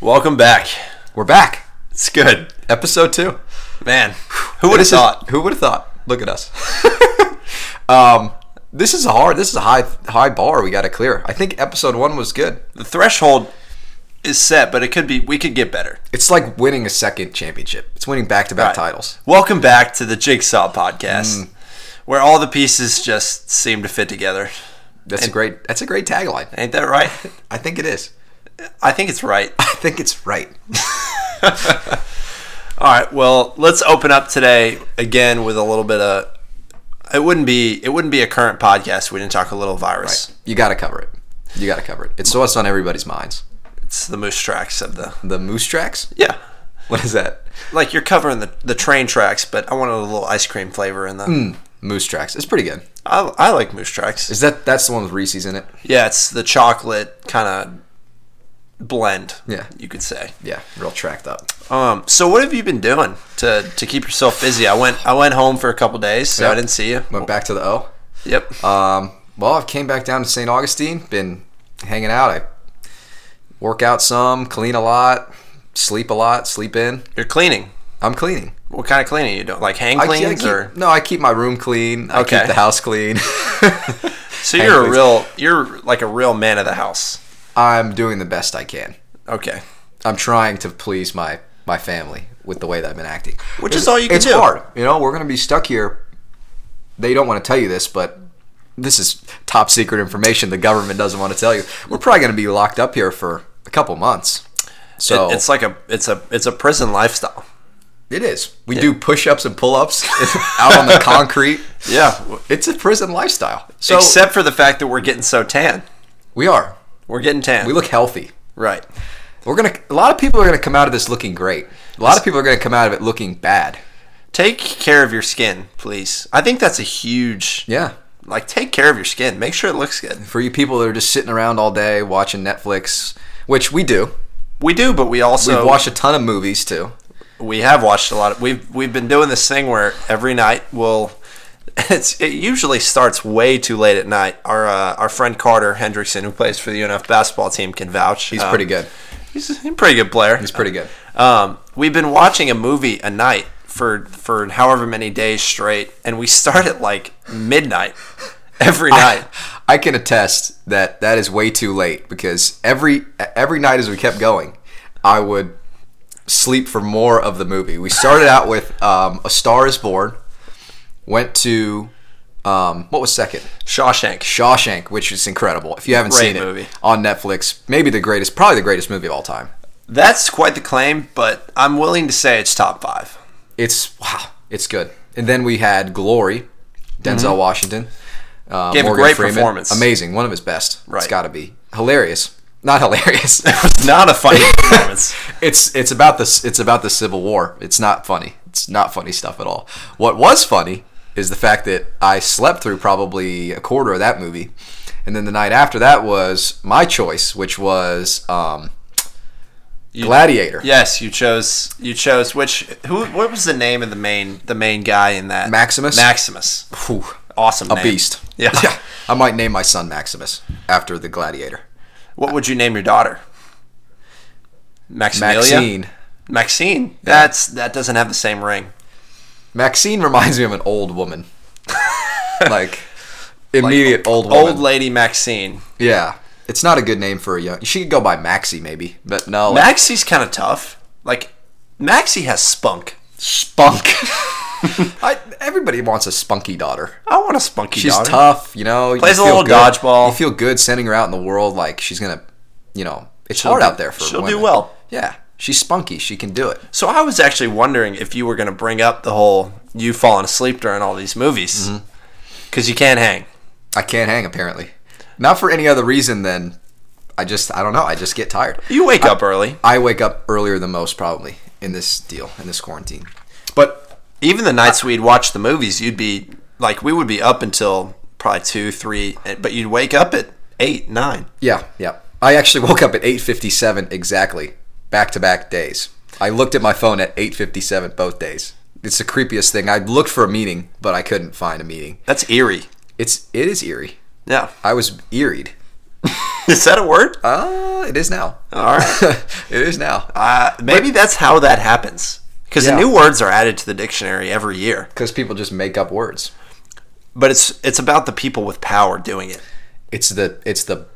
Welcome back. We're back. It's good. Episode two. Man, who would have This is- thought? who would have thought? Look at us. um, this is a hard. This is a high high bar we got to clear. I think episode one was good. The threshold is set, but it could be we could get better. It's like winning a second championship. It's winning back to back Right. titles. Mm. Welcome back to the Jigsaw podcast, where all the pieces just seem to fit together. That's a great. That's a great tagline. Ain't that right? I think it is. I think it's right. I think it's right. All right. Well, let's open up today again with a little bit of. It wouldn't be it wouldn't be a current podcast. if We didn't talk a little virus. You got to cover it. You got to cover it. It's so it's on everybody's minds. It's the moose tracks of the The moose tracks. yeah. What is that? Like you're covering the, the train tracks, but I wanted a little ice cream flavor in the. Mm. Moose tracks. It's pretty good. I, I like moose tracks. Is that that's the one with Reese's in it? Yeah, it's the chocolate kind of blend. Yeah. you could say. Yeah, real tracked up. Um, so what have you been doing to to keep yourself busy? I went I went home for a couple days, so I Yep. didn't see you. Went back to the O. Yep. Um, well, I've came back down to St. Augustine, been hanging out. I work out some, clean a lot, sleep a lot, sleep in. You're cleaning. I'm cleaning. What kind of cleaning are you doing? Like hand I- I cleans keep- or? no, I keep my room clean. I Okay. keep the house clean. So you're a cleans. real you're like a real man of the house. I'm doing the best I can. Okay. I'm trying to please my my family with the way that I've been acting, Which is all you can it's do. hard, you know. We're gonna be stuck here. They don't want to tell you this, but this is top secret information. The government doesn't want to tell you. We're probably gonna be locked up here for a couple months. So It- it's like a it's a it's a prison lifestyle. it is. We do push-ups and pull-ups out on the concrete. Yeah. It's a prison lifestyle. So Except for the fact that we're getting so tan. we are. We're getting tan. We look healthy. right. We're gonna. A lot of people are gonna come out of this looking great. A lot of people are gonna come out of it looking bad. Take care of your skin, please. I think that's a huge Yeah. like take care of your skin. Make sure it looks good. for you people that are just sitting around all day watching Netflix, which we do. We do, but we also We've watched a ton of movies too. we have watched a lot. Of, we've we've been doing this thing where every night we'll it's it usually starts way too late at night. Our uh, our friend Carter Hendrickson, who plays for the UNF basketball team, can vouch. Um, He's pretty good. He's a he's a pretty good player. He's pretty good. Um, we've been watching a movie a night for for however many days straight, and we start at like midnight every night. I can attest that that is way too late because every every night as we kept going, I would sleep for more of the movie. We started out with um, A Star Is Born, went to um, what was second? Shawshank. Shawshank, which is incredible. If you haven't Great seen it movie. on Netflix, maybe the greatest, probably the greatest movie of all time. That's quite the claim, but I'm willing to say it's top five. it's wow, it's good. And then we had Glory, Denzel Washington, uh, Mm-hmm. Gave a Morgan great Freeman. performance. amazing, one of his best. Right. It's got to be hilarious, not hilarious. Not a funny performance. it's it's about this. It's about the Civil War. It's not funny. It's not funny stuff at all. What was funny is the fact that I slept through probably a quarter of that movie, and then the night after that was my choice, which was um, You- Gladiator. Yes, you chose. You chose which? Who? What was the name of the main the main guy in that? Maximus? Maximus. Whew, Awesome. a name. beast. Yeah. I might name my son Maximus after the Gladiator. What would you name your daughter? Maximilia? Maxine. Maxine. That's that doesn't have the same ring. Maxine reminds me of an old woman. like immediate old woman. Old lady Maxine. yeah. It's not a good name for a young. She could go by Maxie maybe, but no. like- Maxie's kind of tough. Like Maxie has spunk. spunk. I, everybody wants a spunky daughter. I want a spunky She's daughter. tough, you know. Plays you a feel little good- dodgeball. You feel good sending her out in the world like she's going to, you know, it's She'll hard do- out there for she'll do women. well. Yeah. She's spunky. She can do it. So I was actually wondering if you were going to bring up the whole you falling asleep during all these movies Mm-hmm. because you can't hang. I can't hang apparently. Not for any other reason than I just I don't know, I just get tired. You wake up early. I wake up earlier than most probably in this deal, in this quarantine. But Even the nights we'd watch the movies, you'd be like, we would be up until probably two, three, eh, but you'd wake up at eight, nine. yeah, yeah. I actually woke up at 8:57 exactly, back-to-back days. I looked at my phone at 8:57 both days. It's the creepiest thing. I looked for a meeting, but I couldn't find a meeting. That's eerie. It's it is eerie. Yeah. I was eeried. Is that a word? Uh, it is now. All right. it is now. Uh, maybe that's how that happens. Because Yeah. the new words are added to the dictionary every year. Because people just make up words. But it's it's about the people with power doing it. It's the it's the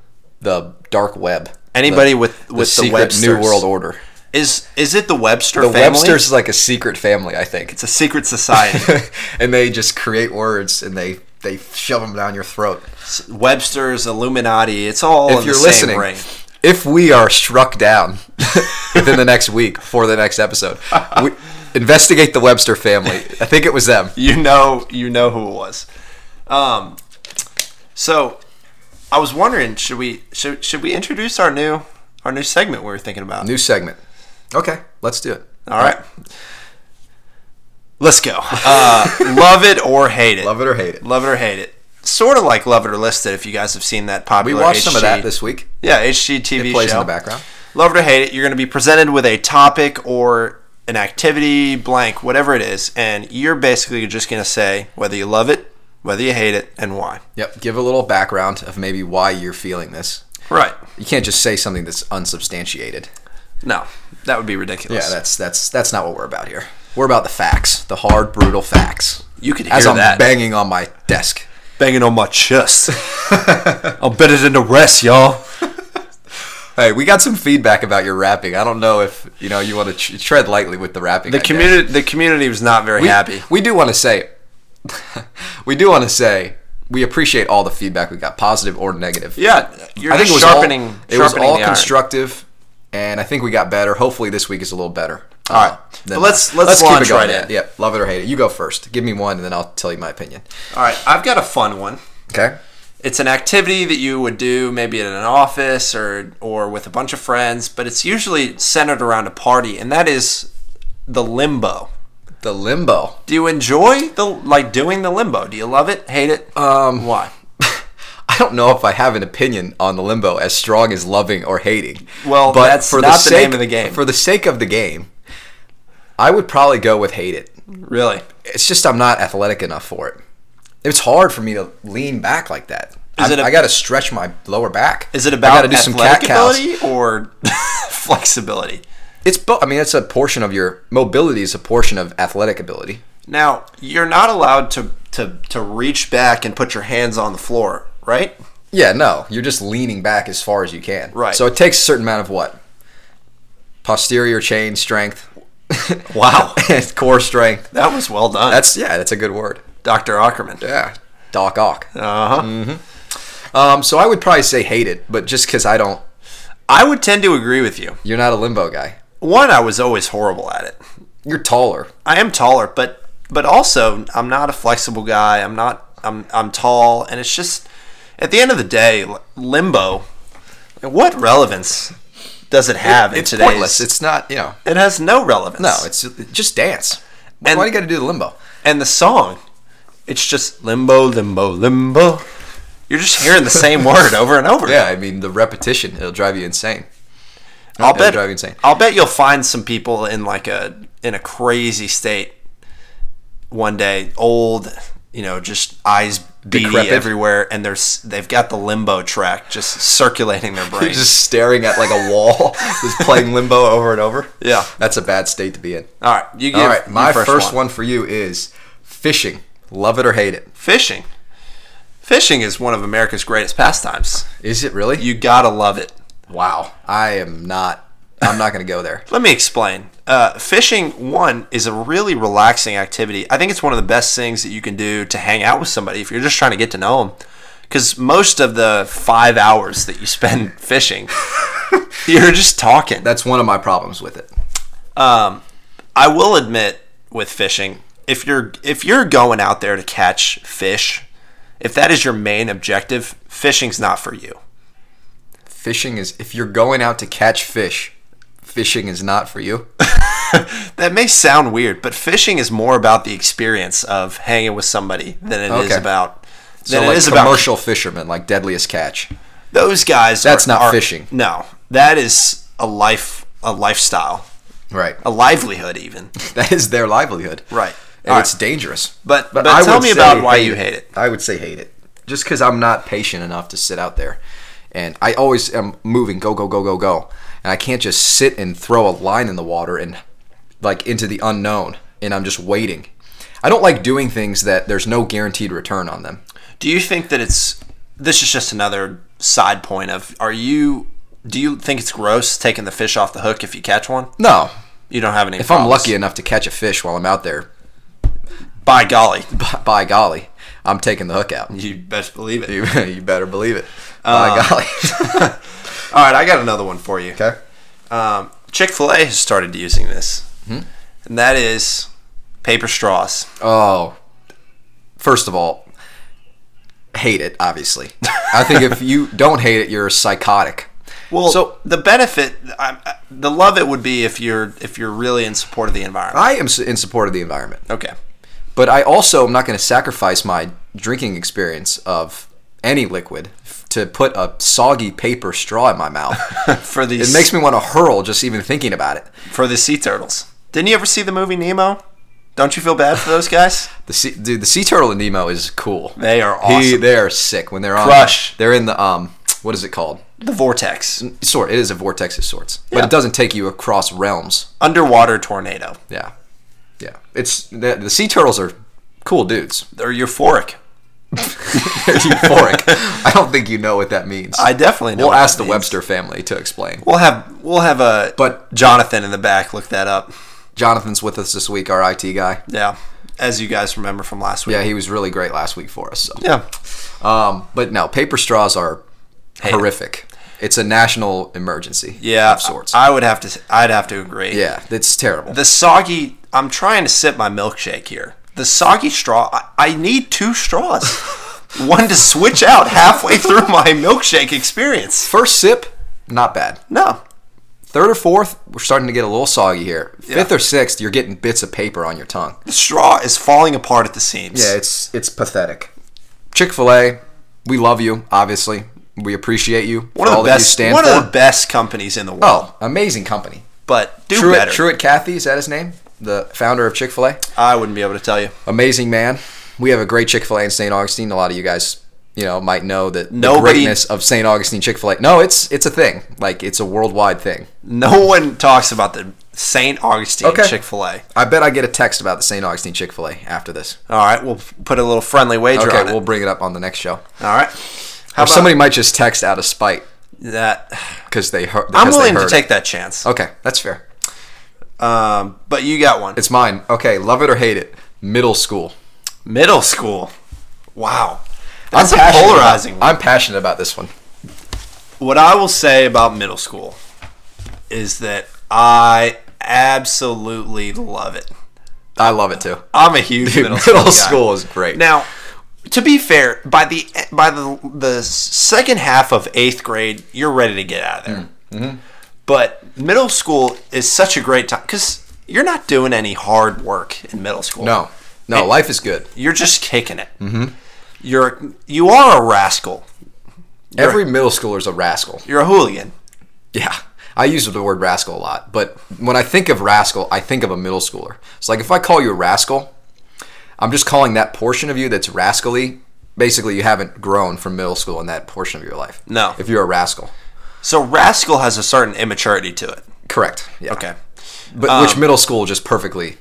the dark web. Anybody The- with with the, secret Webster's New World Order. is is it the Webster The family? Webster's is like a secret family, I think. It's a secret society. and they just create words and they they shove them down your throat. Webster's Illuminati. It's all in if you're the listening, same ring. if we are struck down within the next week for the next episode, we, investigate the Webster family. I think it was them. You know, you know who it was. Um, so I was wondering, should we should should we introduce our new our new segment we were thinking about? New segment. Okay, let's do it. all right. Let's go. Uh, love it or hate it. Love it or hate it. Love it or hate it. Sort of like Love It or List It, if you guys have seen that We popular. watched some of HG that this week. yeah HGTV It plays show. in the background. Love it or hate it, you're going to be presented with a topic or an activity, blank, whatever it is, and you're basically just going to say whether you love it, whether you hate it, and why. Yep. Give a little background of maybe why you're feeling this. Right. You can't just say something that's unsubstantiated. No, that would be ridiculous. Yeah, that's that's that's not what we're about here. We're about the facts, the hard, brutal facts. You could As hear I'm that. banging on my desk. banging on my chest. I'm better than the rest, y'all. Hey, we got some feedback about your rapping. I don't know if you know you want to tr- tread lightly with the rapping. The community, the community was not very we, happy. We do want to say, we do want to say, we appreciate all the feedback we got, positive or negative. Yeah, you're I think it was sharpening. All, it sharpening was all the iron. constructive, and I think we got better. Hopefully, this week is a little better. All right. then, But let's- let's keep it launch going, right man. in. Yeah, love it or hate it. You go first. Give me one, and then I'll tell you my opinion. All right, I've got a fun one. Okay. it's an activity that you would do maybe at an office or or with a bunch of friends, but it's usually centered around a party, and that is the limbo. The limbo. Do you enjoy the like doing the limbo? Do you love it? Hate it? Um, Why? I don't know if I have an opinion on the limbo as strong as loving or hating. Well, that's not the name of the game. For the sake of the game, I would probably go with hate it. Really? It's just I'm not athletic enough for it. It's hard for me to lean back like that. I it a- I got to stretch my lower back. Is it I about gotta do some cat athletic cows. ability or flexibility? It's bo- I mean, it's a portion of your mobility is a portion of athletic ability. Now you're not allowed to to to reach back and put your hands on the floor, right? Yeah, no, you're just leaning back as far as you can. Right. So it takes a certain amount of what? Posterior chain strength. Wow. and core strength. That was well done, That's yeah, that's a good word. Doctor Ackerman. Yeah. Mm. Doc Ock. Uh huh. Um, so I would probably say hate it, but just because I don't, I would tend to agree with you. you're not a limbo guy. One, I was always horrible at it. You're taller. I am taller, but but also I'm not a flexible guy. I'm not. I'm I'm tall, and it's just at the end of the day, l- limbo. What relevance does it have in it's today's? pointless. It's not, you know. it has no relevance. No, it's just dance. And- Why do you got to do the limbo? and the song, it's just limbo, limbo, limbo. You're just hearing the same word over and over. Yeah, I mean the repetition. It'll drive you insane. I'll It'll bet. drive you insane. I'll bet you'll find some people in like a in a crazy state one day, old, you know, just eyes beady Decrepit. everywhere, and there's they've got the limbo track just circulating their brain. You're just staring at like a wall, just playing limbo over and over. Yeah. that's a bad state to be in. All right, you give All right, your my first, first, one. for you is fishing. Love it or hate it. Fishing. Fishing is one of America's greatest pastimes. Is it really? You gotta love it. wow, I am not. I'm not going to go there. Let me explain. Uh, fishing, one, is a really relaxing activity. I think it's one of the best things that you can do to hang out with somebody if you're just trying to get to know them. Because most of the five hours that you spend fishing, you're just talking. That's one of my problems with it. Um, I will admit with fishing, if you're if you're going out there to catch fish, if that is your main objective, fishing's not for you. Fishing is if you're going out to catch fish, fishing is not for you. That may sound weird, but fishing is more about the experience of hanging with somebody than it is Okay. about So than it like is about commercial fishermen, like deadliest catch. those guys. That's are- not are- fishing. No, that is a life, a lifestyle, Right. a livelihood, even. That is their livelihood. Right. And All it's dangerous. But- but tell would me say about why you hate it. I would say hate it. Just because I'm not patient enough to sit out there and I always am moving, go, go, go, go, go, and I can't just sit and throw a line in the water and like into the unknown, and I'm just waiting. I don't like doing things that there's no guaranteed return on them. Do you think that it's this is just another side point of are you do you think it's gross taking the fish off the hook if you catch one? No, You don't have any. if I'm lucky enough to catch a fish while I'm out there, by golly, by, by golly, I'm taking the hook out. you best believe it. You, you better believe it. Uh, by golly. All right, I got another one for you. okay. Um, Chick Fil A has started using this, Hmm? and that is paper straws. Oh, first of all, hate it. Obviously, I think if you don't hate it, you're psychotic. Well, So- so the benefit, I, I- the love it would be if you're if you're really in support of the environment. I am s- in support of the environment, Okay. but I also am not going to sacrifice my drinking experience of any liquid f- to put a soggy paper straw in my mouth. For these, it makes me want to hurl just even thinking about it. for the sea turtles. Didn't you ever see the movie Nemo? Don't you feel bad for those guys? The sea, dude, the sea turtle in Nemo is cool. They are He, awesome. they are sick when they're on. Crush. They're in the um, what is it called? the vortex, Sort. It is a vortex of sorts, but Yeah. it doesn't take you across realms. underwater tornado. Yeah, yeah. It's the, the sea turtles are cool dudes. They're euphoric. They're euphoric. I don't think you know what that means. I definitely know. We'll what ask the that means. Webster family to explain. We'll have we'll have a But- Jonathan in the back look that up. Jonathan's with us this week, our IT guy. Yeah, as you guys remember from last week. Yeah, he was really great last week for us. so. Yeah. Um, but no, paper straws are Hey. horrific. It's a national emergency. Yeah, of sorts. I would have to. I'd have to agree. yeah, it's terrible. The soggy. I'm trying to sip my milkshake here. The soggy straw. I, I need two straws. One to switch out halfway through my milkshake experience. First sip, not bad. No. Third or fourth, we're starting to get a little soggy here. Fifth Yeah. or sixth, you're getting bits of paper on your tongue. The straw is falling apart at the seams. Yeah, it's it's pathetic. Chick Fil A, we love you. Obviously, we appreciate you. one for of all the that you best. stand One for. of the best companies in the world. oh, amazing company. But do Truett, better. Truett Cathy is that his name? The founder of Chick Fil A. I wouldn't be able to tell you. Amazing man. We have a great Chick Fil A in St. Augustine. A lot of you guys, you know, might know that the Nobody- greatness of St. Augustine Chick Fil A. No, it's it's a thing. Like it's a worldwide thing. No one talks about the St. Augustine Okay. Chick Fil A. I bet I get a text about the St. Augustine Chick Fil A after this. All right, we'll put a little friendly wager Okay, on it. we'll bring it up on the next show. All right. How Or somebody might just text out of spite that? because they heard. I'm because they willing to heard take that chance. It. Okay, that's fair. Um, but you got one. It's mine. Okay, love it or hate it. Middle school. middle school. Wow. That's a passionate polarizing about- one. I'm passionate about this one. What I will say about middle school is that I absolutely love it. I love it too. I'm a huge Dude, middle, middle school, guy. school is great. Now, to be fair, by the by the the second half of eighth grade, you're ready to get out of there. Mm. Mm-hmm. But middle school is such a great time because you're not doing any hard work in middle school. no, no, life is good. you're just kicking it. Mm-hmm. You're you are a rascal. Every middle schooler is a rascal. You're a hooligan. Yeah. I use the word rascal a lot, but when I think of rascal, I think of a middle schooler. It's like if I call you a rascal, I'm just calling that portion of you that's rascally. Basically, you haven't grown from middle school in that portion of your life. No. If you're a rascal. So rascal has a certain immaturity to it. Correct. Yeah. Okay. But which middle school just perfectly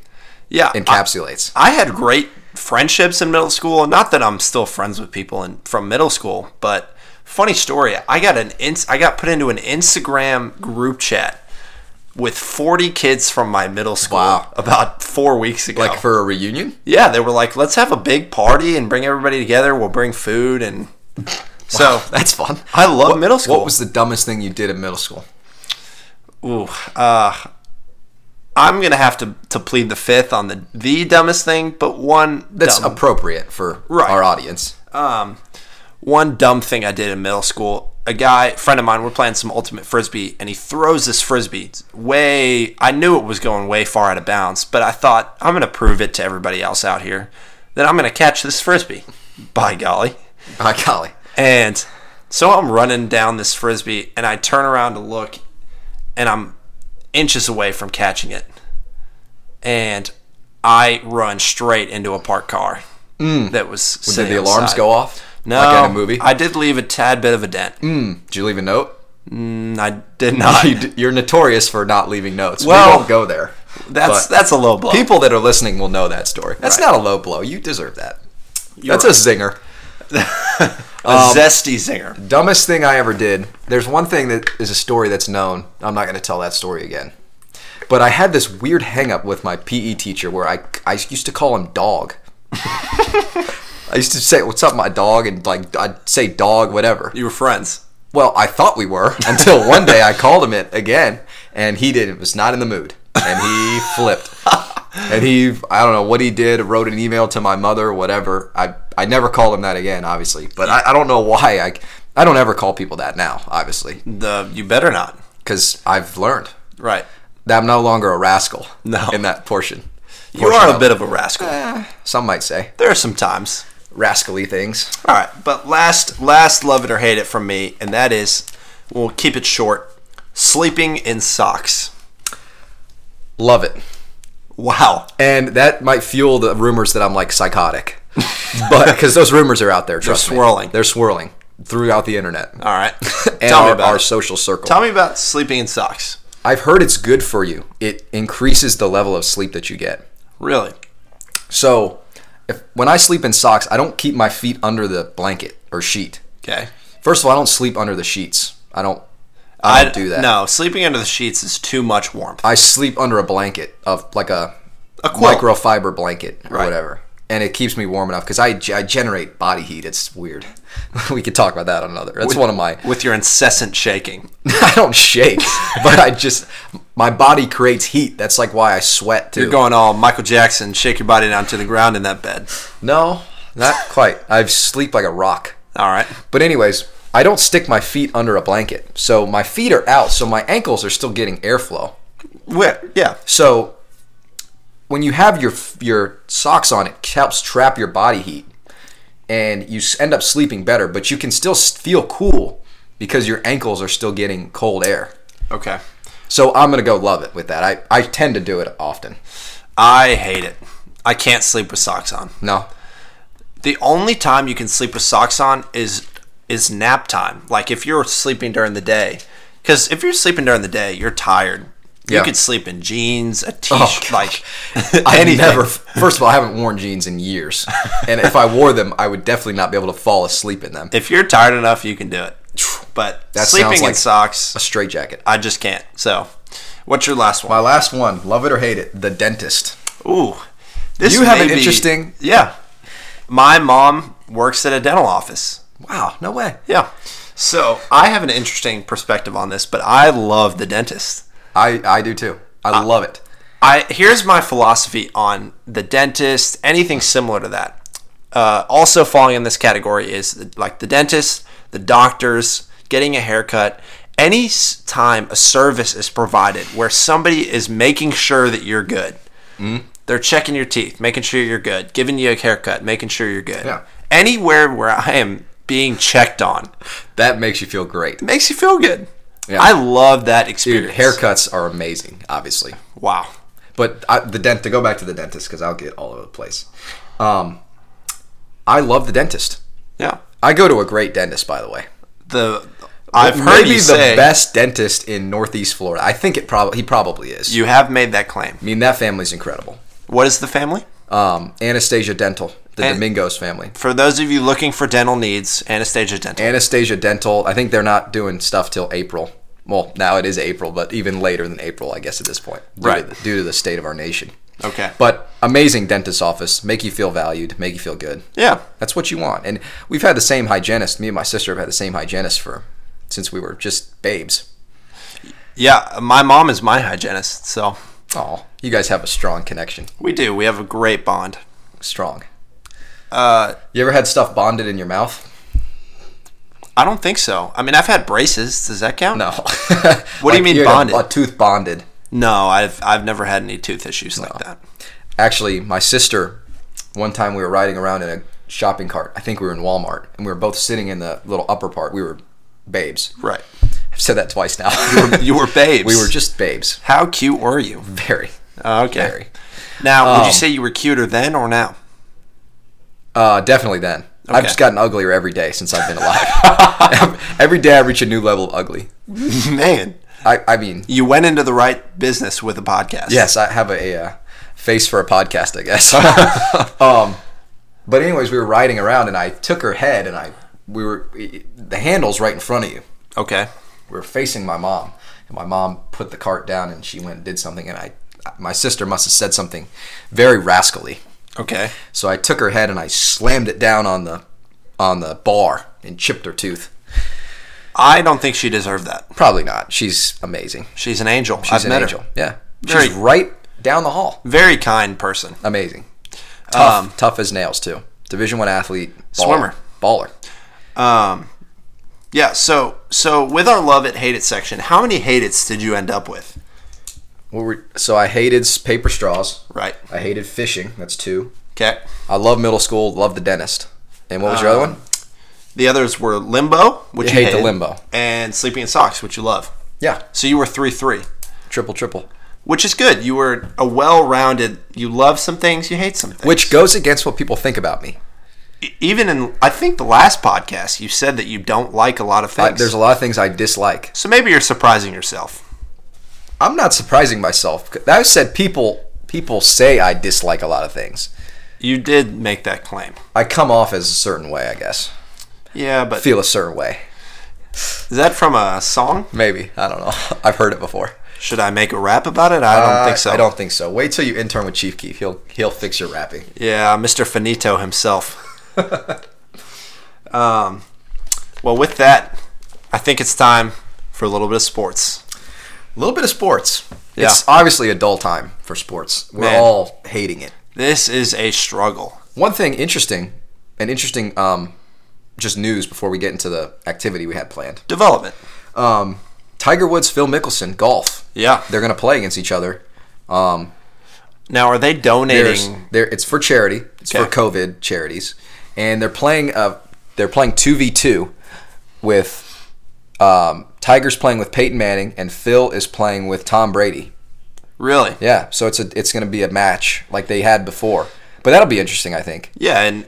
Yeah. I, encapsulates. I had great friendships in middle school. Not that I'm still friends with people in, from middle school, but funny story. I got an ins- I got put into an Instagram group chat with 40 kids from my middle school Wow. about 4 weeks ago. like for a reunion? yeah, they were like, "Let's have a big party and bring everybody together. We'll bring food and so That's fun. I love What- middle school. What was the dumbest thing you did in middle school? Ooh, uh, I'm gonna have to, to plead the fifth on the the dumbest thing, but one That's dumb, appropriate for Right. our audience. um, one dumb thing I did in middle school. A guy, friend of mine, we're playing some ultimate frisbee, and he throws this frisbee way. I knew it was going way far out of bounds, but I thought I'm gonna prove it to everybody else out here that I'm gonna catch this frisbee. By golly! By golly. And so I'm running down this frisbee, and I turn around to look, and I'm inches away from catching it. And I run straight into a parked car that was. Did sitting Mm. the alarms outside. go off? No, like at a movie? I did leave a tad bit of a dent. Did you leave a note? Mm, I did not. You d- You're notorious for not leaving notes. we Well, won't go there. That's But that's a low blow. people that are listening will know that story. That's Right. not a low blow. You deserve that. You're That's a zinger. a zesty zinger. Dumbest thing I ever did. There's one thing that is a story that's known. I'm not going to tell that story again. But I had this weird hang up with my PE teacher where I, I used to call him dog. I used to say, What's up, my dog? And like, I'd say dog, whatever. You were friends. Well, I thought we were until one day I called him it again, and he didn't. Was not in the mood, and he flipped. And he, I don't know what he did. Wrote an email to my mother, whatever. I, I never called him that again, obviously. But I, I don't know why. I, I don't ever call people that now, obviously, The you better not. because I've learned Right. that I'm no longer a rascal. No. in that portion, You Portion are a bit of a rascal. some might say There are some times. rascally things. All right, but last last love it or hate it from me, and that is we'll keep it short. Sleeping in socks. Love it. Wow. And that might fuel the rumors that I'm like psychotic, but because those rumors are out there, trust me. swirling. They're swirling throughout the internet All right. and Tell our, me about our it. social circle. Tell me about sleeping in socks. I've heard it's good for you. It increases the level of sleep that you get. Really? So, if when I sleep in socks, I don't keep my feet under the blanket or sheet. Okay. First of all, I don't sleep under the sheets. I don't. I I don't do that. No, sleeping under the sheets is too much warmth. I sleep under a blanket of like a, A quilt. microfiber blanket or Right. whatever, and it keeps me warm enough because I, I generate body heat. It's weird. we could talk about that on another. That's one of my. With your incessant shaking. I don't shake, but I just my body creates heat. That's like why I sweat too. You're going all Michael Jackson, shake your body down to the ground in that bed. no, not quite. I sleep like a rock. All right. But anyways, I don't stick my feet under a blanket, so my feet are out, so my ankles are still getting airflow. Where? Yeah. So when you have your your socks on, it helps trap your body heat, and you s- end up sleeping better. But you can still s- feel cool because your ankles are still getting cold air. Okay. So I'm gonna go love it with that. I, I tend to do it often. I hate it. I can't sleep with socks on. No, the only time you can sleep with socks on is is nap time. Like if you're sleeping during the day, because if you're sleeping during the day, you're tired. Yeah. You could sleep in jeans, a Oh, t-shirt, like I anything. never. First of all, I haven't worn jeans in years, and if I wore them, I would definitely not be able to fall asleep in them. If you're tired enough, you can do it. But That sleeping sounds like- in socks, A straight jacket. I just can't. So, what's your last My one? last one, love it or hate it, the dentist. Ooh, this You have may an be- interesting- Yeah, my mom works at a dental office. Wow, no way. Yeah, so I have an interesting perspective on this, but I love the dentist. I I do too. I love it. I here's my philosophy on the dentist, anything similar to that. Uh, also falling in this category is like the dentist, the doctors, getting a haircut. Any s- time a service is provided where somebody is making sure that you're good, Mm-hmm. they're checking your teeth, making sure you're good, giving you a haircut, making sure you're good. Yeah. Anywhere where I am being checked on That makes you feel great. makes you feel good. Yeah. I love that Dude, experience. haircuts are amazing, obviously. Wow. But I, the dent to go back to the dentist because I'll get all over the place. Um, I love the dentist. Yeah. I go to a great dentist, by the way. The I've heard Maybe you the say, best dentist in Northeast Florida. I think it probably he probably is. You have made that claim. I mean, that family's incredible. What is the family? Um, Anastasia Dental, the An- Domingos family. For those of you looking for dental needs, Anastasia Dental. Anastasia Dental. I think they're not doing stuff till April. Well, now it is April, but even later than April, I guess at this point, due Right. To the, due to the state of our nation. Okay. But amazing dentist office, make you feel valued, make you feel good. yeah. That's what you want. And we've had the same hygienist. Me and my sister have had the same hygienist for since we were just babes. Yeah, my mom is my hygienist, so Oh, you guys have a strong connection. we do. We have a great bond. Strong. Uh, You ever had stuff bonded in your mouth? I don't think so. I mean, I've had braces. Does that count? No. What do you mean had a- bonded? A tooth bonded. No, I've I've never had any tooth issues like that. actually my sister one time we were riding around in a shopping cart i think we were in walmart and we were both sitting in the little upper part we were babes Right. i've said that twice now You were babes. we were just babes How cute were you? very Okay. very Now, would you Um, say you were cuter then or now? uh, definitely then I've just gotten uglier every day since I've been alive. every day I reach a new level of ugly. Man, I, I mean, you went into the right business with a podcast. yes, I have a uh, face for a podcast, I guess. um, but anyways, we were riding around, and I took her head, and I we were e, the handle's right in front of you. Okay. we were facing my mom and my mom put the cart down and she went and did something and i my sister must have said something very rascally Okay. so i took her head and i slammed it down on the on the bar and chipped her tooth I don't think she deserved that. probably not she's amazing She's an angel. she's I've an met angel her. yeah Very- she's right down the hall Very kind person. amazing tough tough as nails too division one athlete baller. Swimmer. baller Yeah. So so with our love it hate it section, how many hate it's did you end up with? what were, so i hated s- paper straws Right. i hated fishing that's two Okay. i love middle school love the dentist and what was your other one The others were limbo, which You you hate the Um, hated, limbo. and sleeping in socks, which you love. yeah So you were three three, triple triple which is good. You were a well-rounded. You love some things, you hate some things. which goes against what people think about me E- even in I think the last podcast you said that you don't like a lot of I, things. Uh, there's a lot of things i dislike so maybe you're surprising yourself. i'm not surprising myself i said people people say i dislike a lot of things You did make that claim. i come off as a certain way i guess Yeah, but feel a certain way is that from a song? maybe i don't know i've heard it before Should I make a rap about it? I don't Uh, think so. i don't think so wait till you intern with chief keef he'll he'll fix your rapping Yeah, Mr. Finito himself. um, well, with that, I think it's time for a little bit of sports. a little bit of sports Yeah. it's obviously a dull time for sports we're Man. all hating it This is a struggle. One thing interesting, and interesting, um, just news before we get into the activity we had planned. Development. Um, Tiger Woods, Phil Mickelson, golf. Yeah. They're going to play against each other. Um, Now, are they there's, donating? there, it's for charity. It's for Okay. COVID charities, and they're playing. Uh, they're playing two v two with um, Tiger's playing with Peyton Manning, and Phil is playing with Tom Brady. Really? Yeah, so it's a, it's going to be a match like they had before, but that'll be interesting, I think. Yeah, and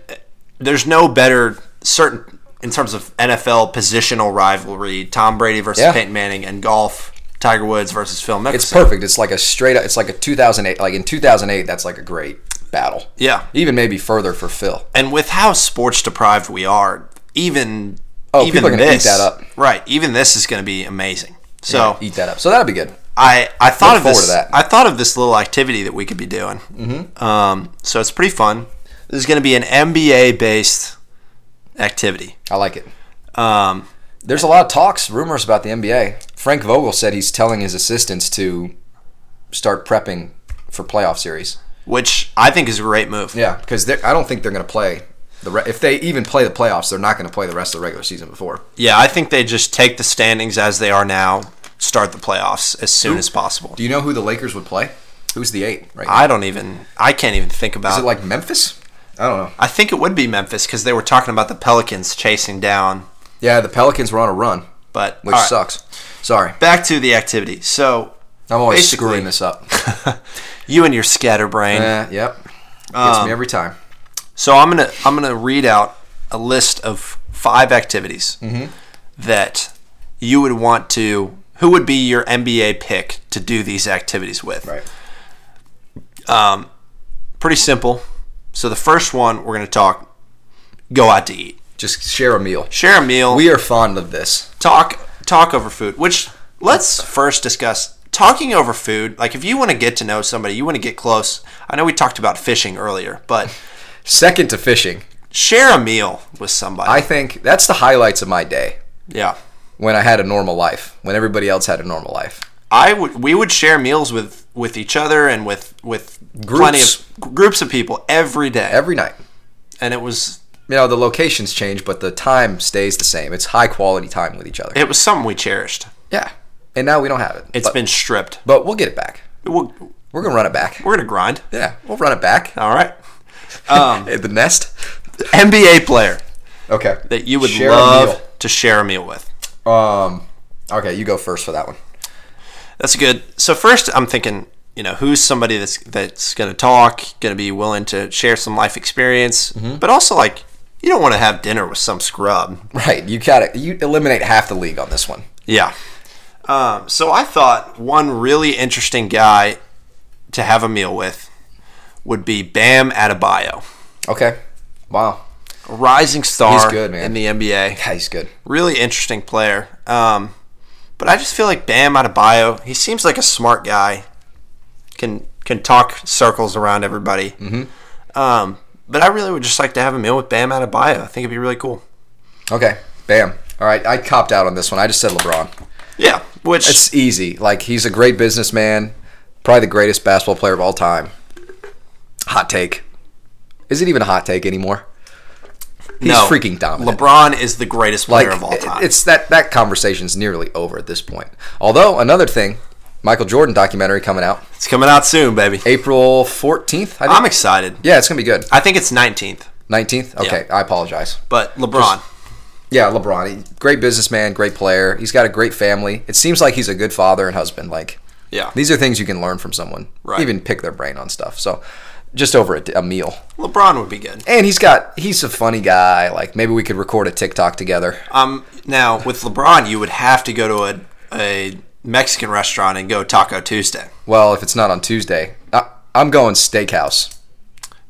there's no better certain in terms of NFL positional rivalry. Tom Brady versus Yeah. Peyton Manning and golf. Tiger Woods versus Phil Mickelson. It's perfect. It's like a straight up. It's like a 2008. Like in 2008, that's like a great battle. Yeah. Even maybe further for Phil. and with how sports deprived we are, even Oh, even people are gonna eat this, that up. Right, even this is going to be amazing. So eat that up. So that'll be good. I I thought Look of this. forward to that. I thought of this little activity that we could be doing. Mm-hmm. Um, so it's pretty fun. This is going to be an MBA based activity. I like it. Um, There's a lot of talks, rumors about the NBA. Frank Vogel said he's telling his assistants to start prepping for playoff series. which I think is a great move. Yeah, because I don't think they're going to play the re- if they even play the playoffs, they're not going to play the rest of the regular season before. Yeah, I think they just take the standings as they are now, start the playoffs as soon as possible. Do you know who the Lakers would play? Who's the eight right now? I don't even. I can't even think about. Is it. it like Memphis? I don't know. I think it would be Memphis because they were talking about the Pelicans chasing down, Yeah, the Pelicans were on a run, but which all right, sucks. Sorry. Back to the activity. So I'm always Basically- screwing this up. you and your scatterbrain. Eh, yep. Gets me every time. So I'm gonna I'm gonna read out a list of five activities Mm-hmm. that you would want to. Who would be your NBA pick to do these activities with? Um, Pretty simple. So the first one we're gonna talk. Go out to eat. Just share a meal. Share a meal. We are fond of this. talk talk over food which let's first discuss talking over food like if you want to get to know somebody you want to get close i know we talked about fishing earlier but Second to fishing, share a meal with somebody I think that's the highlights of my day yeah when I had a normal life, when everybody else had a normal life. i would we would share meals with with each other and with with plenty Groups. of groups of people every day Every night. and it was You know, the locations change, but the time stays the same. It's high quality time with each other. it was something we cherished yeah. And now we don't have it. It's but, been stripped but we'll get it back. we'll, We're going to run it back. we're gonna grind Yeah, we'll run it back. all right um, At the nest. nba player Okay. that you would Share a love to share a meal with meal. Um, okay, you go first for that one. That's good. So first, I'm thinking, you know, who's somebody Mm-hmm. that's that's going to talk, going to be willing to share some life experience, but also like, you don't want to have dinner with some scrub. Right. You gotta you eliminate half the league on this one. Yeah. Um, so I thought one really interesting guy to have a meal with would be Bam Adebayo, Okay. Wow. a rising star He's good, man. in the NBA. Yeah, he's good. Really interesting player. Um, but I just feel like Bam Adebayo. He seems like a smart guy. Can can talk circles around everybody. Mm-hmm. Um, but I really would just like to have a meal with Bam Adebayo. I think it'd be really cool. Okay. Bam. All right. I copped out on this one. I just said LeBron. Yeah, which It's easy. Like he's a great businessman, probably the greatest basketball player of all time. Hot take. Is it even a hot take anymore? He's no, freaking dominant. LeBron is the greatest like player of all it- time. it's that that conversation's nearly over at this point. Although another thing, Michael Jordan documentary coming out It's coming out soon, baby. April 14th, I think. I'm excited. yeah, it's going to be good. I think it's 19th, 19th? Okay, I apologize. but LeBron. Yeah, LeBron, he- great businessman, great player. He's got a great family. It seems like he's a good father and husband like Yeah. These are things you can learn from someone. Right. Even pick their brain on stuff. So just over a, a meal. LeBron would be good. And he's got he's a funny guy. Like maybe we could record a TikTok together. Um, now with LeBron, you would have to go to a, a Mexican restaurant and go Taco Tuesday. Well, if it's not on Tuesday, I, I'm going steakhouse.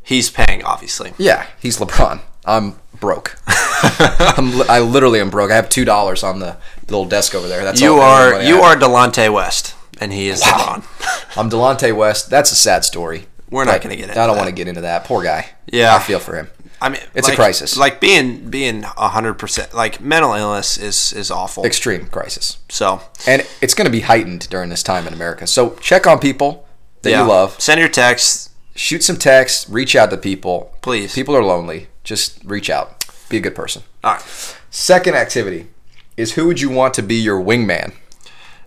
He's paying, obviously. Yeah, he's LeBron. I'm broke. I'm, li- I literally am broke. I have two dollars on the little desk over there. That's You all, are money you I- are Delonte West, and he is LeBron. I'm Delonte West. That's a sad story. We're not gonna get into I don't that. want to get into that. Poor guy. Yeah. I feel for him. I mean, It's a like- crisis. Like being being hundred percent like mental illness is is awful. Extreme crisis, So and it's going to be heightened during this time in America. So check on people that yeah. you love. Send your texts. Shoot some texts. Reach out to people. Please. People are lonely. Just reach out. Be a good person. All right. Second activity is who would you want to be your wingman?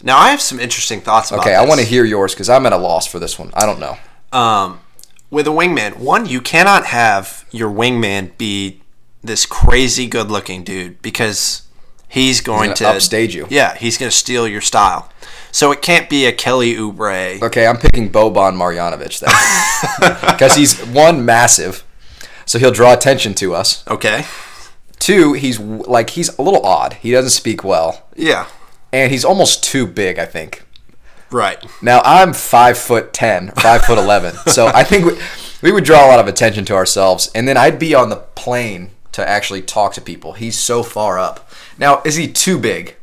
Now I have some interesting thoughts about. Okay, I this. want to hear yours because I'm at a loss for this one. I don't know. um, with a wingman, one, you cannot have your wingman be this crazy good looking dude because he's going to gonna upstage you. Yeah, he's going to steal your style. So it can't be a Kelly Oubre. Okay, I'm picking Boban Marjanovic then. Because he's one, massive, so he'll draw attention to us. Okay. Two, he's w- like, he's a little odd. He doesn't speak well. Yeah. And he's almost too big, I think. Right. Now, I'm five foot 10, five foot 11. So I think we, we would draw a lot of attention to ourselves. And then I'd be on the plane to actually talk to people. He's so far up. Now, is he too big?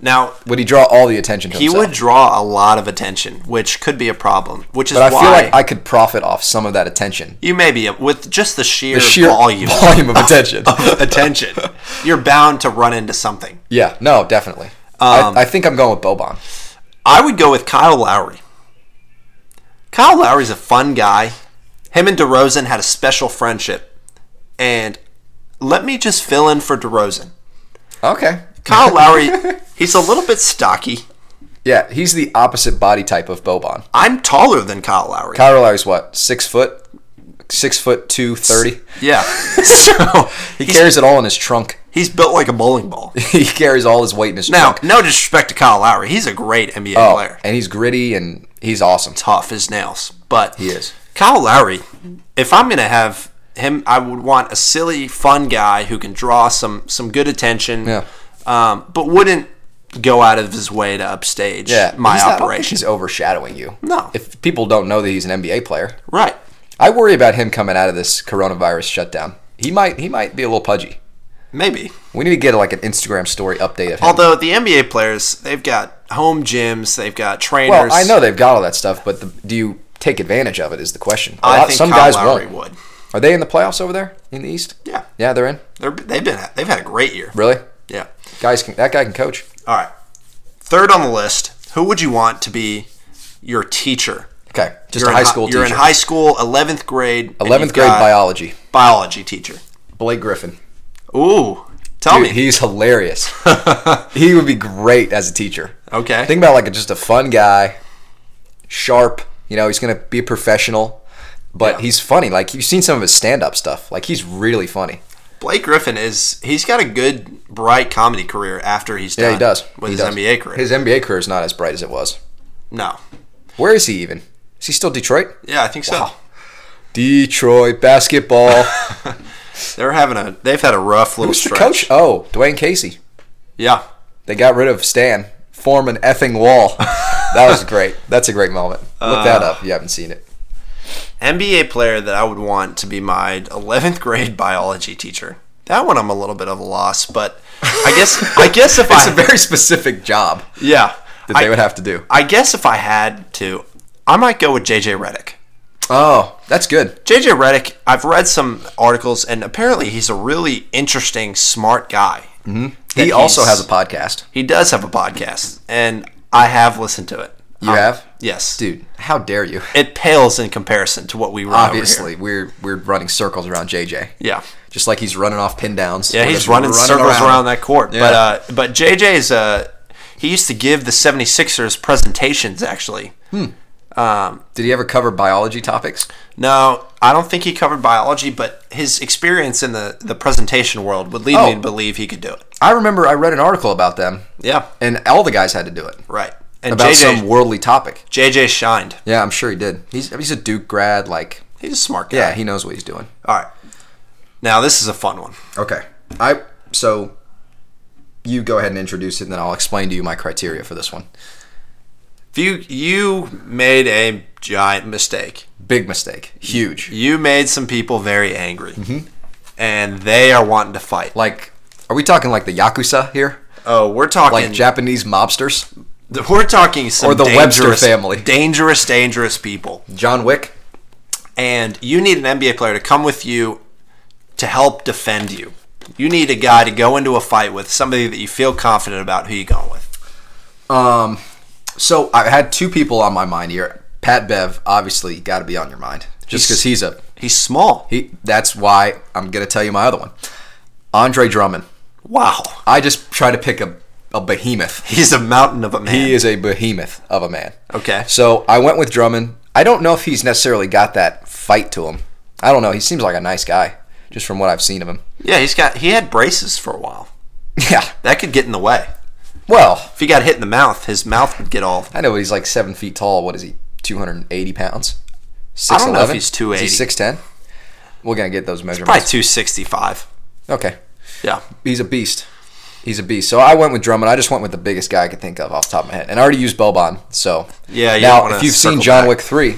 Now, Would he draw all the attention to he himself? would draw a lot of attention, which could be a problem, which is But I why feel like I could profit off some of that attention. you may be with just the sheer, The sheer volume volume of attention. of attention. You're bound to run into something. Yeah, no, definitely. Um, I, I think I'm going with Boban. I would go with Kyle Lowry. Kyle Lowry's a fun guy. Him and DeRozan had a special friendship. And let me just fill in for DeRozan. Okay. Kyle Lowry, he's a little bit stocky. Yeah, he's the opposite body type of Boban. I'm taller than Kyle Lowry. Kyra Lowry's what six foot, six foot two thirty. yeah. So He carries it all in his trunk. he's built like a bowling ball. he carries all his weight in his Now, trunk. no disrespect to Kyle Lowry. He's a great NBA Oh, player. and he's gritty and he's awesome. Tough as nails. But He is. Kyle Lowry, if I'm gonna have him, I would want a silly, fun guy who can draw some some good attention. Yeah. Um, but wouldn't go out of his way to upstage Yeah, my he's not- I don't think operation. he's overshadowing you. No. if people don't know that he's an NBA player, right. I worry about him coming out of this coronavirus shutdown. He might, he might be a little pudgy. Maybe. We need to get like an Instagram story update of him. Although the NBA players, they've got home gyms, they've got trainers. Well, I know they've got all that stuff, but the, do you take advantage of it? Is the question. A I lot- think some Kyle guys Lowry won't. would. Are they in the playoffs over there in the East? Yeah. Yeah, they're in. They're, they've been they've had a great year. Really? Yeah. Guys, can, that guy can coach. All right. Third on the list, who would you want to be your teacher? Okay, just You're a in high hi- school You're teacher. in high school, 11th grade. and Eleventh you've grade got biology. biology teacher. Blake Griffin. Ooh, tell Dude, me. he's hilarious. he would be great as a teacher. Okay. Think about like just a fun guy, sharp. You know, he's gonna be a professional, but Yeah. he's funny. Like you've seen some of his stand-up stuff. Like he's really funny. Blake Griffin is he's got a good bright comedy career after he's done. Yeah, he does. with He his does. NBA career. His NBA career is not as bright as it was. no, Where is he even? Is he still Detroit? yeah, I think so. Detroit basketball. They're having a. They've had a rough little Who's the stretch. coach? Oh, Dwayne Casey. Yeah, They got rid of Stan. Form an effing wall. that was great. That's a great moment. Look that up. if You haven't seen it. NBA player that I would want to be my 11th grade biology teacher. That one I'm a little bit of a loss, but I guess I guess if it's I a very specific job yeah that I, they would have to do. I guess if I had to, I might go with JJ Redick. Oh, that's good. JJ Redick, I've read some articles, and apparently he's a really interesting, smart guy. Mm-hmm. He also has a podcast. he does have a podcast, and I have listened to it. You Um, have? Yes, Oh. Dude, how dare you? It pales in comparison to what we run over here. Obviously, we're we're running circles around JJ. Yeah. Just like he's running off pin downs. Yeah, We're he's just running, circles around. that court. Yeah. But uh, but JJ's uh, he used to give the 76ers presentations actually. Hmm. Did he ever cover biology topics? No, I don't think he covered biology, but his experience in the, the presentation world would lead Oh. me to believe he could do it. I remember I read an article about them. Yeah. And all the guys had to do it. Right. And About JJ some worldly topic. JJ shined. Yeah, I'm sure he did. He's he's a Duke grad, like He's a smart guy. yeah, he knows what he's doing. All right. Now this is a fun one. Okay. I so you go ahead and introduce it and then I'll explain to you my criteria for this one. If you you made a giant mistake. Big mistake. Huge. You made some people very angry. Mm-hmm. And they are wanting to fight. Like are we talking like the Yakuza here? Oh, we're talking Like Japanese mobsters? The- We're talking some Or the Webster dangerous- family. dangerous, dangerous people. John Wick? And you need an NBA player to come with you to help defend you. You need a guy to go into a fight with somebody that you feel confident about who you going with. Um, so I had two people on my mind here. Pat Bev, obviously, got to be on your mind just because he's, a He's small. he. That's why I'm gonna tell you my other one, Andre Drummond. Wow, I just try to pick a a behemoth. he's a mountain of a man. He is a behemoth of a man. Okay. So I went with Drummond. I don't know if he's necessarily got that fight to him. I don't know. He seems like a nice guy, just from what I've seen of him. Yeah, he's got. He had braces for a while. Yeah. That could get in the way. Well, If he got hit in the mouth, his mouth would get all. I know he's like seven feet tall. What is he? Two hundred and eighty pounds. I don't know if 6'11"? he's Is 280. he six ten? We're gonna get those measurements. Probably two sixty five. Okay. Yeah. He's a beast. He's a beast. So I went with Drummond. I just went with the biggest guy I could think of off the top of my head. And I already used Boban. So Yeah, you don't now wanna if you've seen circle John back. Wick three,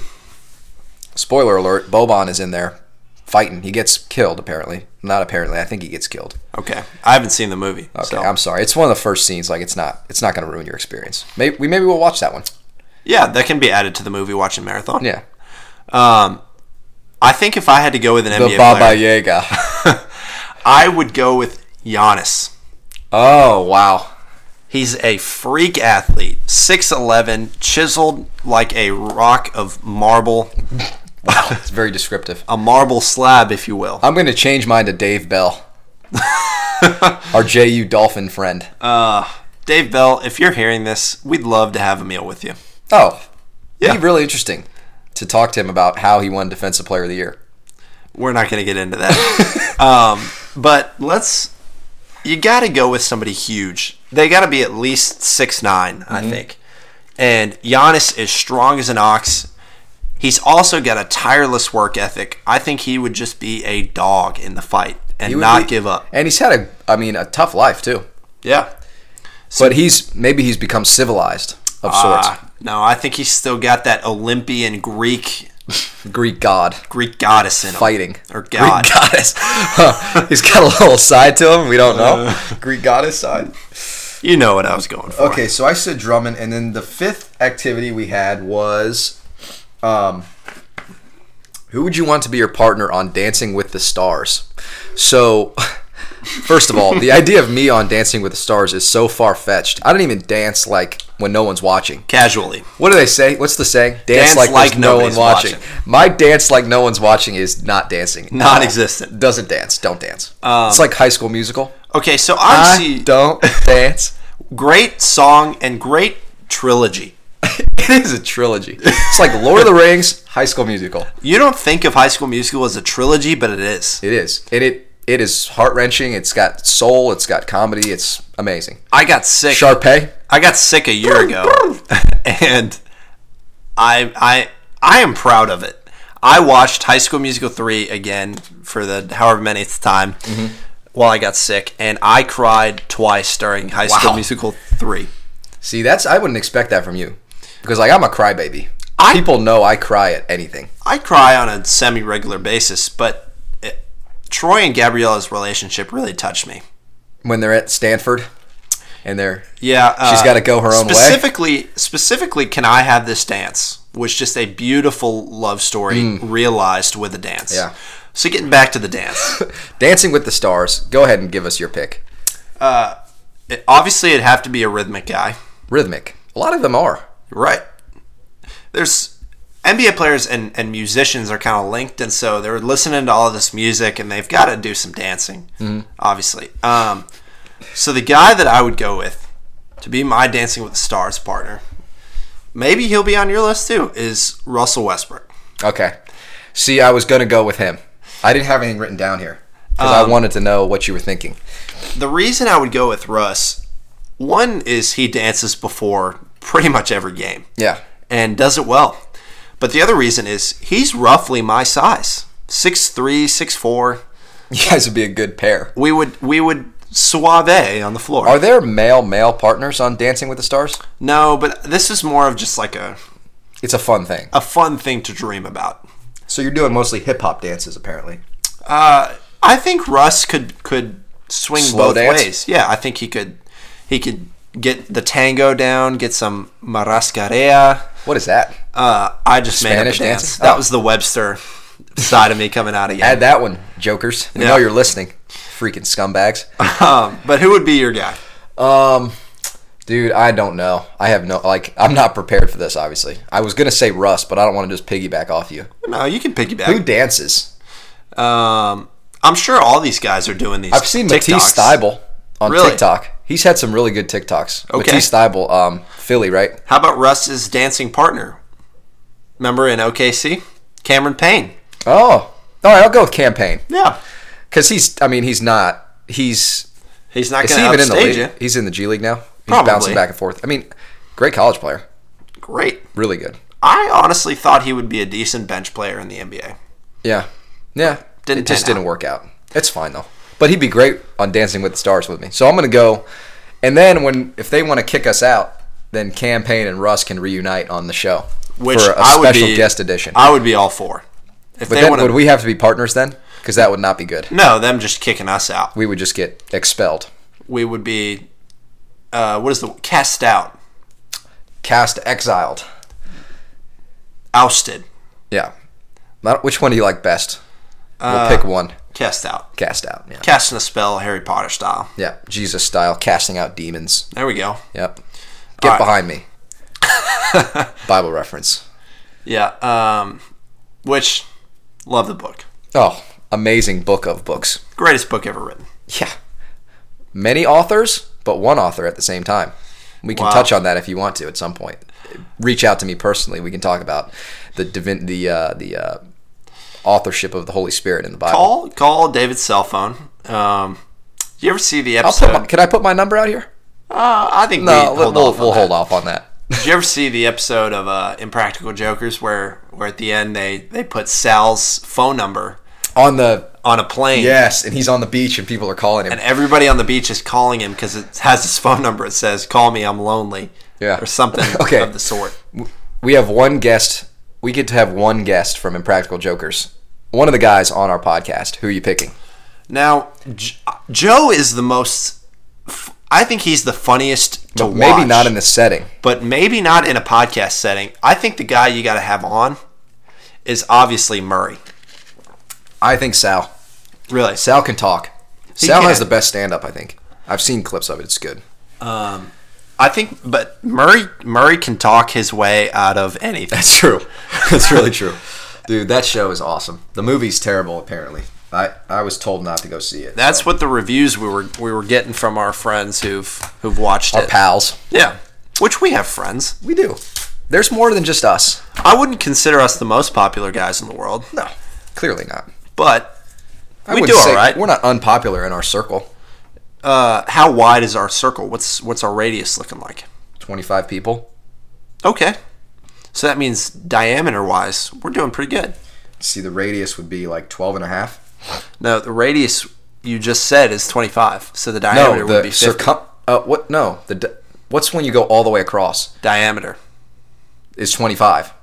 spoiler alert, Boban is in there fighting. He gets killed apparently. Not apparently. I think he gets killed. Okay. I haven't seen the movie. Okay, so- I'm sorry. It's one of the first scenes. Like it's not. It's not going to ruin your experience. Maybe we maybe we'll watch that one. Yeah, that can be added to the movie watching marathon. Yeah. Um, I think if I had to go with an The NBA Baba player, Yaga. I would go with Giannis. oh wow. He's a freak athlete, six eleven, chiseled like a rock of marble, It's very descriptive. a marble slab, if you will. I'm going to change mine to Dave Bell, our JU Dolphin friend. Uh, Dave Bell, if you're hearing this, we'd love to have a meal with you. Oh, Yeah. It'd be really interesting to talk to him about how he won Defensive Player of the Year. We're not going to get into that, um, but let's. You got to go with somebody huge. They got to be at least six I Mm-hmm. think. And Giannis is strong as an ox. He's also got a tireless work ethic. I think he would just be a dog in the fight and would not be- give up. And he's had a, I mean, a tough life too. Yeah. but he's maybe he's become civilized of sorts. Ah, no, I think he's still got that Olympian Greek Greek god Greek goddess in him. fighting Or god. Greek goddess. Huh. he's got a little side to him. We don't know Greek goddess side. You know what I was going for. Okay, so I said Drummond, and then the fifth activity we had was, um, who would you want to be your partner on Dancing with the Stars? So, first of all, the idea of me on Dancing with the Stars is so far fetched. I don't even dance like when no one's watching. Casually. What do they say? What's the saying? Dance like there's no one nobody's watching. watching. My dance like no one's watching is not dancing. at all. Non-existent. Doesn't dance. Don't dance. it's like High School Musical. Okay, so I obviously don't dance. great song and great trilogy. It is a trilogy. It's like Lord of the Rings, High School Musical. You don't think of High School Musical as a trilogy, but it is. It is, and it it is heart wrenching. It's got soul. It's got comedy. It's amazing. I got sick. Sharpay. I got sick a year ago, and I I I am proud of it. I watched High School Musical 3 again for the however many time while I got sick, and I cried twice during High School Wow. Musical 3. See, that's I wouldn't expect that from you, because like I'm a crybaby. I- People know I cry at anything. I cry on a semi regular basis, but it, Troy and Gabriella's relationship really touched me. when they're at Stanford, and they're Yeah, uh, She's gotta go her own way? specifically, way. Specifically, can I have this dance? Was just a beautiful love story realized with a dance. Mm. Yeah. So getting back to the dance, Dancing with the Stars. Go ahead and give us your pick. it, obviously it'd have to be a rhythmic guy, Rhythmic. A lot of them are. right? There's NBA players and, and musicians are kind of linked, and so they're listening to all of this music, and they've got to do some dancing, obviously. Um, so the guy that I would go with to be my Dancing with the Stars partner, maybe he'll be on your list too, is Russell Westbrook. Okay. See, I was gonna go with him. I didn't have anything written down here because I wanted to know what you were thinking. The reason I would go with Russ, one is he dances before pretty much every game. Yeah. And does it well. But the other reason is he's roughly my size. 6'3", 6'4". You guys would be a good pair. We would we would suave on the floor. Are there male male partners on Dancing with the Stars? no, but this is more of just like a It's a fun thing. a fun thing to dream about. So you're doing mostly hip hop dances, apparently. Uh, I think Russ could could swing Slow both dance? ways. Yeah, I think he could he could get the tango down, get some marascarea. What is that? Uh, I just made up a Spanish dance. dancing? That Oh. was the Webster side of me coming out again. Add that one, jokers. We Yeah. know you're listening, freaking scumbags. Um, but who would be your guy? Um, dude, I don't know. I have no like. I'm not prepared for this. Obviously, I was gonna say Russ, but I don't want to just piggyback off you. No, you can Who piggyback. dances? Um, I'm sure all these guys are doing these. I've seen Matisse TikToks. Steibel on Really? TikTok. He's had some really good TikToks. Okay. Matisse Steibel, um, Philly, right? How about Russ's dancing partner? Remember in OKC, Cameron Payne. Oh, all right. I'll go with campaign Yeah, because he's. I mean, he's not. He's. he's not Is he going even to in the outstage league? you. He's in the G League now. He's Probably. bouncing back and forth. I mean, great college player. Great. Really good. I honestly thought he would be a decent bench player in the NBA. Yeah. Yeah. Didn't it just pan out. didn't work out. It's fine though. But he'd be great on Dancing with the Stars with me. So I'm gonna go and then when if they want to kick us out, then Campaign and Russ can reunite on the show. Which for a I would special be- guest edition. I would be all for. If but they then wanna- would we have to be partners then? Because that would not be good. No, them just kicking us out. We would just get expelled. We would be. Uh, what is the cast out? Cast exiled. ousted, Yeah. Not- Which one do you like best? We'll Uh, pick one. cast out, Cast out. Yeah. casting a spell, Harry Potter style. yeah. Jesus style, casting out demons. There we go. Yep. Get right. behind me. Bible reference. Yeah. Um, which love the book, Oh, amazing book of books. greatest book ever written. Yeah. Many authors, but one author at the same time. We can Wow. touch on that if you want to at some point. Reach out to me personally. We can talk about the divin- the uh, the uh, authorship of the Holy Spirit in the Bible. Call call David's cell phone. Um, you ever see the I'll put episode? my, can I put my number out here? uh, I think No, we we'll, hold we'll, off. on we'll that. hold off on that. Did you ever see the episode of uh, Impractical Jokers where where at the end they they put Sal's phone number on the on a plane? yes, and he's on the beach, and people are calling him. And everybody on the beach is calling him because it has his phone number. It says, "Call me, I'm lonely," Yeah. or something Okay. of the sort. we have one guest. We get to have one guest from Impractical Jokers. One of the guys on our podcast. Who are you picking? Now, J- Joe is the most. f- I think he's the funniest to watch. Maybe not in this setting. but maybe not in a podcast setting. I think the guy you got to have on is obviously Murray. I think Sal. Really, Sal can talk. Sal can. has the best stand up, I think. I've seen clips of it. It's good. I think, but Murray Murray can talk his way out of anything. That's true. That's really true. Dude, that show is awesome. The movie's terrible, apparently. I, I was told not to go see it. That's what the reviews we were we were getting from our friends who've who've watched Our it. pals. yeah, which we have friends. We do. There's more than just us. I wouldn't consider us the most popular guys in the world, No, clearly not. but I we do wouldn't all say- right. We're not unpopular in our circle. Uh, how wide is our circle? What's what's our radius looking like? 25 people. Okay. So that means diameter wise, we're doing pretty good. see, the radius would be like 12 and a half. No, the radius you just said is 25, so the diameter no, the would be 50. circum. Uh, what? No, the di- what's when you go all the way across diameter. is 25.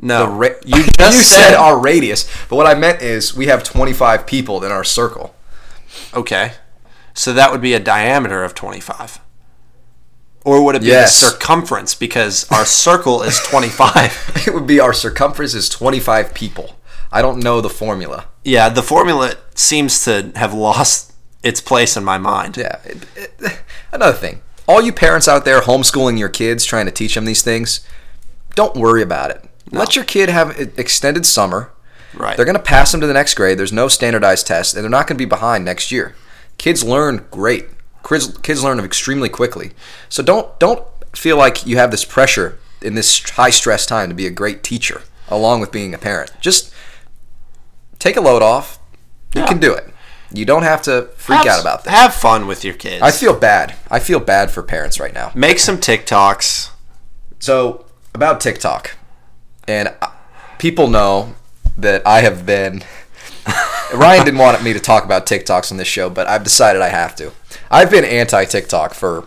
No, The ra- you just said our radius, but what I meant is we have 25 people in our circle. okay. So that would be a diameter of 25. Or would it be Yes. the circumference because our circle is 25? It would be our circumference is 25 people. I don't know the formula. Yeah, the formula seems to have lost its place in my mind. Yeah. it- it- another thing, all you parents out there homeschooling your kids, trying to teach them these things, don't worry about it. Let your kid have an extended summer. Right. They're going to pass them to the next grade. There's no standardized test, and they're not going to be behind next year. Kids learn great. Kids, kids learn extremely quickly. So don't don't feel like you have this pressure in this high stress time to be a great teacher, along with being a parent. Just take a load off. You Yeah. can do it. You don't have to freak have, out about this. Have fun with your kids. I feel bad. I feel bad for parents right now. Make some TikToks. So about TikTok, and I- people know that I have been. Ryan didn't want me to talk about TikToks on this show, but I've decided I have to. I've been anti TikTok for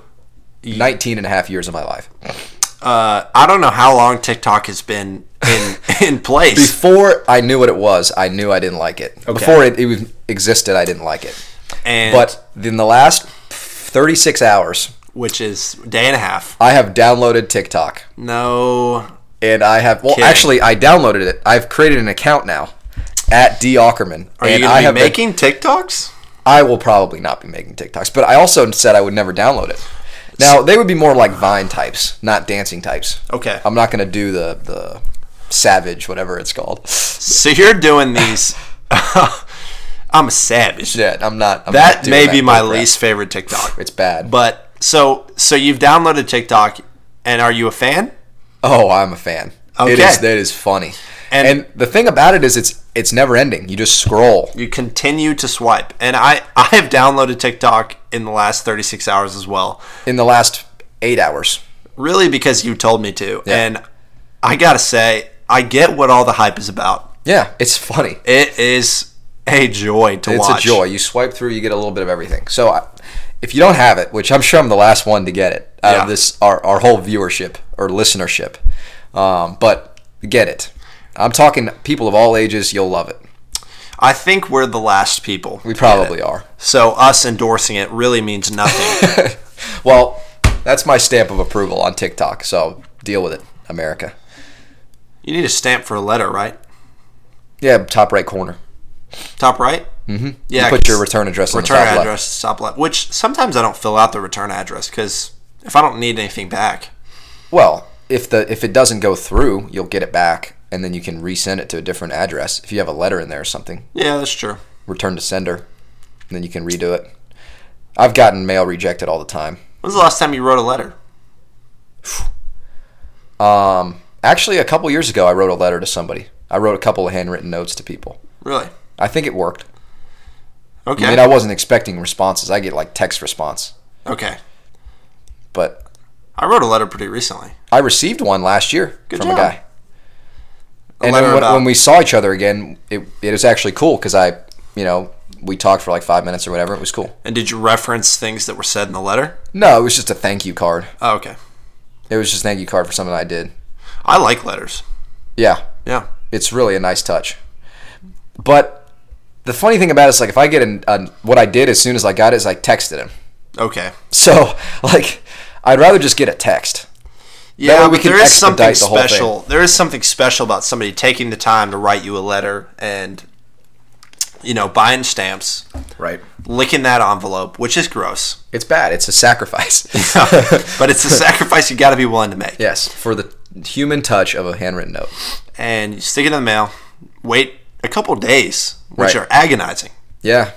19 and a half years of my life. Uh, I don't know how long TikTok has been in in place. Before I knew what it was, I knew I didn't like it. Before it, it was- existed, I didn't like it. and But in the last 36 hours, which is day and a half. I have downloaded TikTok. No. and I have well, Kidding. actually, I downloaded it. I've created an account now at D Ackerman. Are and you I going to have be been- making TikToks? I will probably not be making TikToks, but I also said I would never download it. Now they would be more like Vine types, not dancing types. Okay. I'm not going to do the the savage whatever it's called. So you're doing these. I'm a savage. Yeah, I'm not. I'm not that doing may be my crap. least favorite TikTok. It's bad. But so so you've downloaded TikTok, and are you a fan? Oh, I'm a fan. It Okay. is. That is funny. And- and the thing about it is, it's it's never ending. You just scroll. You continue to swipe, and I I have downloaded TikTok in the last 36 hours as well, In the last eight hours, really because you told me to, and I gotta say I get what all the hype is about. yeah, it's funny. It is a joy to It's watch. a joy. You swipe through, you get a little bit of everything. So I, if you don't have it, which I'm sure I'm the last one to get it out Yeah. of this our, our whole viewership or listenership, um, but get it. I'm talking people of all ages. You'll love it. I think we're the last people. We probably are. So us endorsing it really means nothing. Well, that's my stamp of approval on TikTok. So deal with it, America. you need a stamp for a letter, right? Yeah, top right corner. Top right. Mm-hmm. Yeah. Put your 'cause- return address on the return top left. address to top left. Which sometimes I don't fill out the return address because if I don't need anything back, Well, if the if it doesn't go through, you'll get it back, and then you can resend it to a different address if you have a letter in there or something. yeah, that's true. return to sender, and then you can redo it. I've gotten mail rejected all the time. When's the last time you wrote a letter? Um, actually, a couple years ago, I wrote a letter to somebody. I wrote a couple of handwritten notes to people. Really? I think it worked. Okay. I mean, I wasn't expecting responses. I get like text response, okay. but I wrote a letter pretty recently. I received one last year Good from job. a guy. A and letter then when, about- when we saw each other again, it, it was actually cool because I, you know, we talked for like five minutes or whatever. It was cool. And did you reference things that were said in the letter? No, it was just a thank you card. Oh, okay. It was just a thank you card for something I did. I like letters. Yeah, Yeah. it's really a nice touch. But the funny thing about it is, like, if I get an, an what I did as soon as I got it is I texted him. Okay. So, like, I'd rather just get a text. way Yeah, we but can there is something expedite the whole thing. special. There is something special about somebody taking the time to write you a letter and you know, buying stamps, Right. licking that envelope, which is gross. It's bad. It's a sacrifice. but it's a sacrifice you got to be willing to make. yes, for the human touch of a handwritten note. and you stick it in the mail, wait a couple days, Right. which are agonizing. Yeah.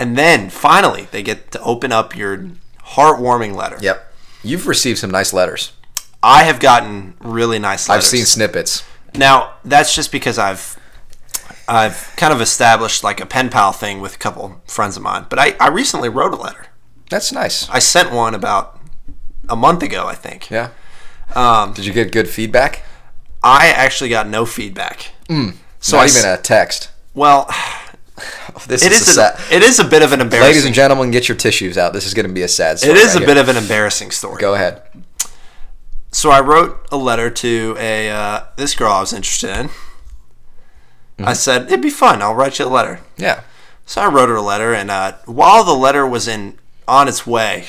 And then finally they get to open up your heartwarming letter. Yep. You've received some nice letters. I have gotten really nice I've letters. seen snippets. Now, that's just because I've I've kind of established like a pen pal thing with a couple friends of mine. But I, I recently wrote a letter. That's nice. I sent one about a month ago, I think. Yeah. Um, Did you get good feedback? I actually got no feedback. So Not I s- Hmm. even a text. Well, This it is, is a a, sad. it is a bit of an embarrassing. Ladies and gentlemen, get your tissues out. This is going to be a sad story. it right is a here. bit of an embarrassing story. Go ahead. So I wrote a letter to a uh, this girl I was interested in. Mm-hmm. I said it'd be fun. I'll write you a letter. Yeah. So I wrote her a letter, and uh, while the letter was in on its way,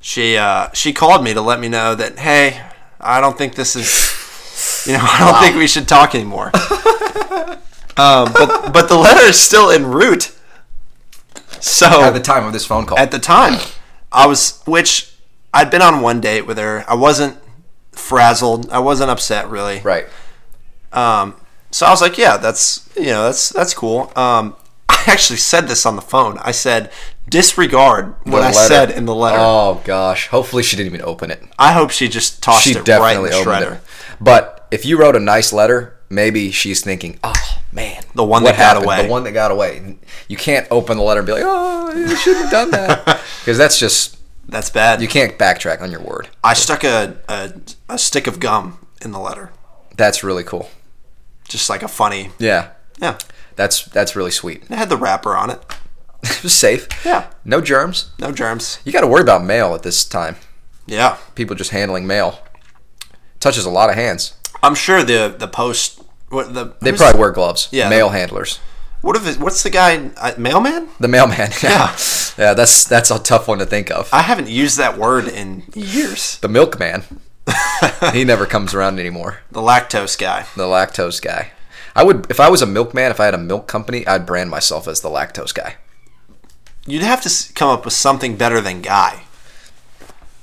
she uh, she called me to let me know that hey, I don't think this is, you know, I don't think we should talk anymore. um, but but the letter is still en route. So At the time of this phone call. Oh. at the time. I was, which I'd been on one date with her. I wasn't frazzled. I wasn't upset really. right. Um, so I was like, yeah, that's you know, that's that's cool. Um, I actually said this on the phone. I said disregard The what I letter. said in the letter. Oh gosh. Hopefully she didn't even open it. I hope she just tossed She it right in definitely the opened shredder. it. But if you wrote a nice letter, maybe she's thinking, "Oh man, The one what that got happened? away." The one that got away." You can't open the letter and be like, "Oh, you shouldn't have done that," because that's just That's bad. you can't backtrack on your word. I stuck a, a a stick of gum in the letter, That's really cool. just like a funny. Yeah, Yeah, that's that's really sweet. it had the wrapper on it. It was safe. Yeah, No germs. no germs. You got to worry about mail at this time. Yeah. People just handling mail touches a lot of hands. I'm sure the the post what the They who's- probably wear gloves. Yeah. mail handlers. what if it, what's the guy uh, mailman? The mailman. Yeah. yeah. That's that's a tough one to think of. I haven't used that word in years. the milkman. he never comes around anymore. The lactose guy. The lactose guy. I would if I was a milkman, if I had a milk company, I'd brand myself as the lactose guy. You'd have to s- come up with something better than guy.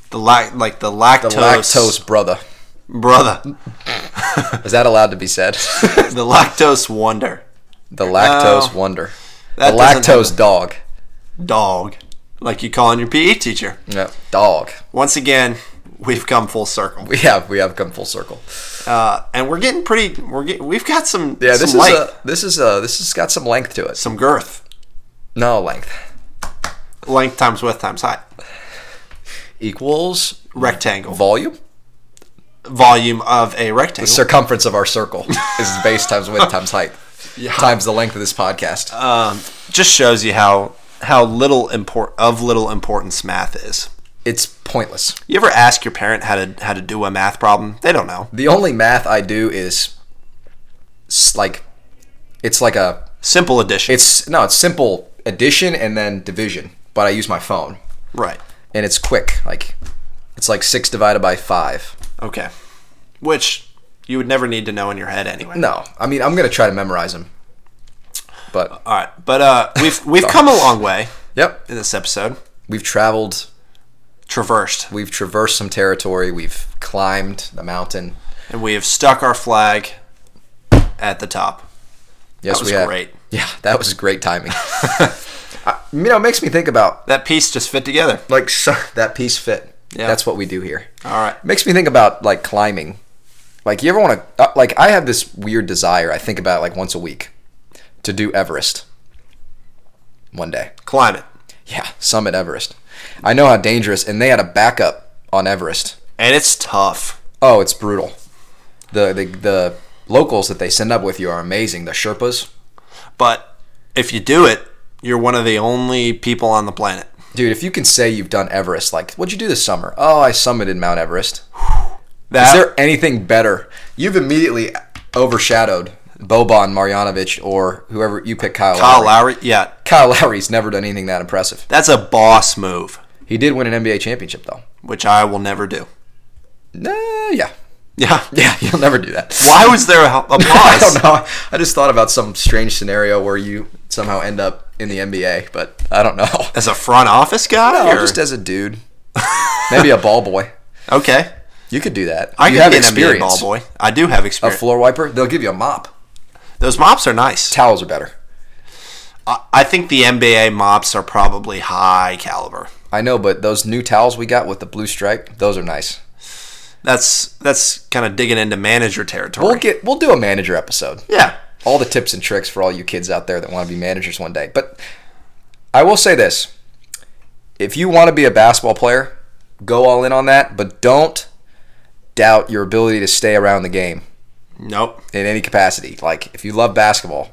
The lac like the lactose, The lactose brother. brother, Is that allowed to be said? the the lactose wonder lactose wonder. The That doesn't lactose happen. dog. dog, like you calling your PE teacher. Yeah, dog. Once again, we've come full circle, We have we have come full circle. uh, and we're getting pretty. We're get, we've got some Yeah, some this light, is a, this is a, this has got some length to it. some girth, No length length times width times height, equals rectangle, volume. volume of a rectangle. Circumference of our circle is base times width times height times the length of this podcast. um, just shows you how how little import of little importance math is. it's pointless. You ever ask your parent how to how to do a math problem? They don't know. The only math I do is s- like it's like a Simple addition. it's no, it's simple addition and then division, but I use my phone right. and it's quick. Like it's like 6 divided by 5. Okay. Which you would never need to know in your head anyway. No, I mean I'm going to try to memorize them. But All right, but uh, we've we've come a long way yep, in this episode. we've traveled, Traversed, we've traversed some territory, we've climbed the mountain. and we have stuck our flag at the top. Yes, That was we have. great. Yeah, that was great timing. I- you know, it makes me think about That piece just fit together. like so, that piece fit. Yeah. That's what we do here. All right. Makes me think about like climbing. Like you ever want to like I have this weird desire I think about like once a week to do Everest. One day. Climb it, Yeah, summit Everest. I know how dangerous and they had a backup on Everest. and it's tough. Oh, it's brutal. The the the locals that they send up with you are amazing. The Sherpas. But if you do it, you're one of the only people on the planet. Dude, if you can say you've done Everest, like what'd you do this summer? Oh, I summited Mount Everest. Is That there anything better? You've immediately overshadowed Boban Marjanovic or whoever you pick, Kyle. Kyle Lowry. uh, Lowry, yeah, Kyle Lowry's never done anything that impressive. that's a boss move, He did win an NBA championship though. which I will never do. Nah, yeah, Yeah. yeah, you'll never do that. Why was there a, a pause? I don't know. I just thought about some strange scenario where you somehow end up in the NBA, but I don't know. As a front office guy? No, or- just as a dude, maybe a ball boy. okay. You could do that. I you could be an NBA ball boy. I do have A experience. floor wiper. They'll give you a mop. Those mops are nice. Towels are better. I, I think the NBA mops are probably high caliber. I know, but those new towels we got with the blue stripe, those are nice. That's that's kind of digging into manager territory. We'll get we'll do a manager episode. yeah. All the tips and tricks for all you kids out there that want to be managers one day. But I will say this. If you want to be a basketball player, go all in on that, but don't doubt your ability to stay around the game. Nope. in any capacity. Like if you love basketball,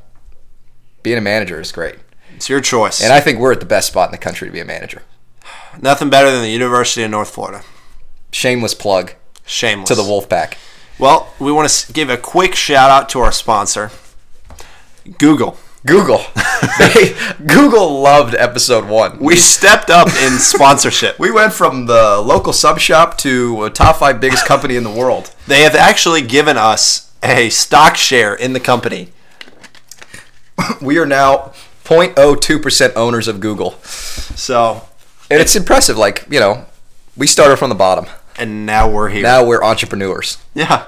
being a manager is great. It's your choice. And I think we're at the best spot in the country to be a manager. Nothing better than the University of North Florida. Shameless plug Shameless. to the Wolfpack. Well, we want to give a quick shout out to our sponsor, Google. Google. They- Google loved episode one. We stepped up in sponsorship. we went from the local sub shop to a top five biggest company in the world. They have actually given us a stock share in the company. We are now 0.02% owners of Google. So, And it's impressive. Like, you know, we started from the bottom. and now we're here. Now we're entrepreneurs. Yeah.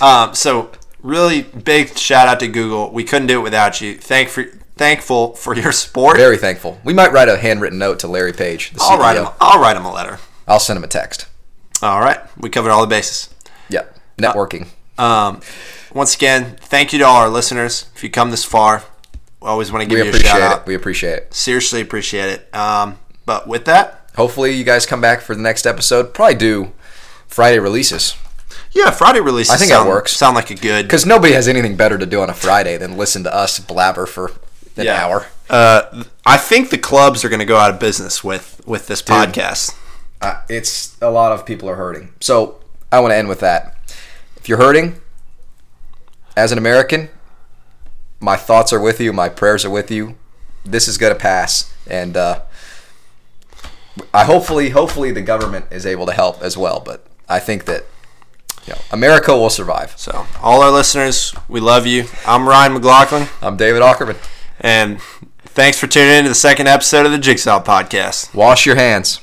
um, so really big shout out to Google. We couldn't do it without you. Thank for thankful for your support. Very thankful. We might write a handwritten note to Larry Page, the CEO. I'll write him. I'll write him a letter. I'll send him a text. All right. We covered all the bases. Yep. Networking. Um, once again, thank you to all our listeners. If you come this far, we always want to give we you a shout appreciate out. it. We appreciate it. Seriously appreciate it. Um, but with that, Hopefully, you guys come back for the next episode. Probably do Friday releases yeah, Friday releases. I think that sound, works. Sound like a good because nobody has anything better to do on a Friday than listen to us blabber for an yeah. hour. Uh, th- I think the clubs are going to go out of business with with this podcast. Uh, it's a lot of people are hurting. So I want to end with that. If you're hurting, as an American, my thoughts are with you. My prayers are with you. This is gonna pass, and uh, I hopefully, hopefully, the government is able to help as well. But I think that you know, America will survive. So, all our listeners, we love you. I'm Ryan McLaughlin, I'm David Ackerman. and thanks for tuning in to the second episode of the Jigsaw Podcast. Wash your hands.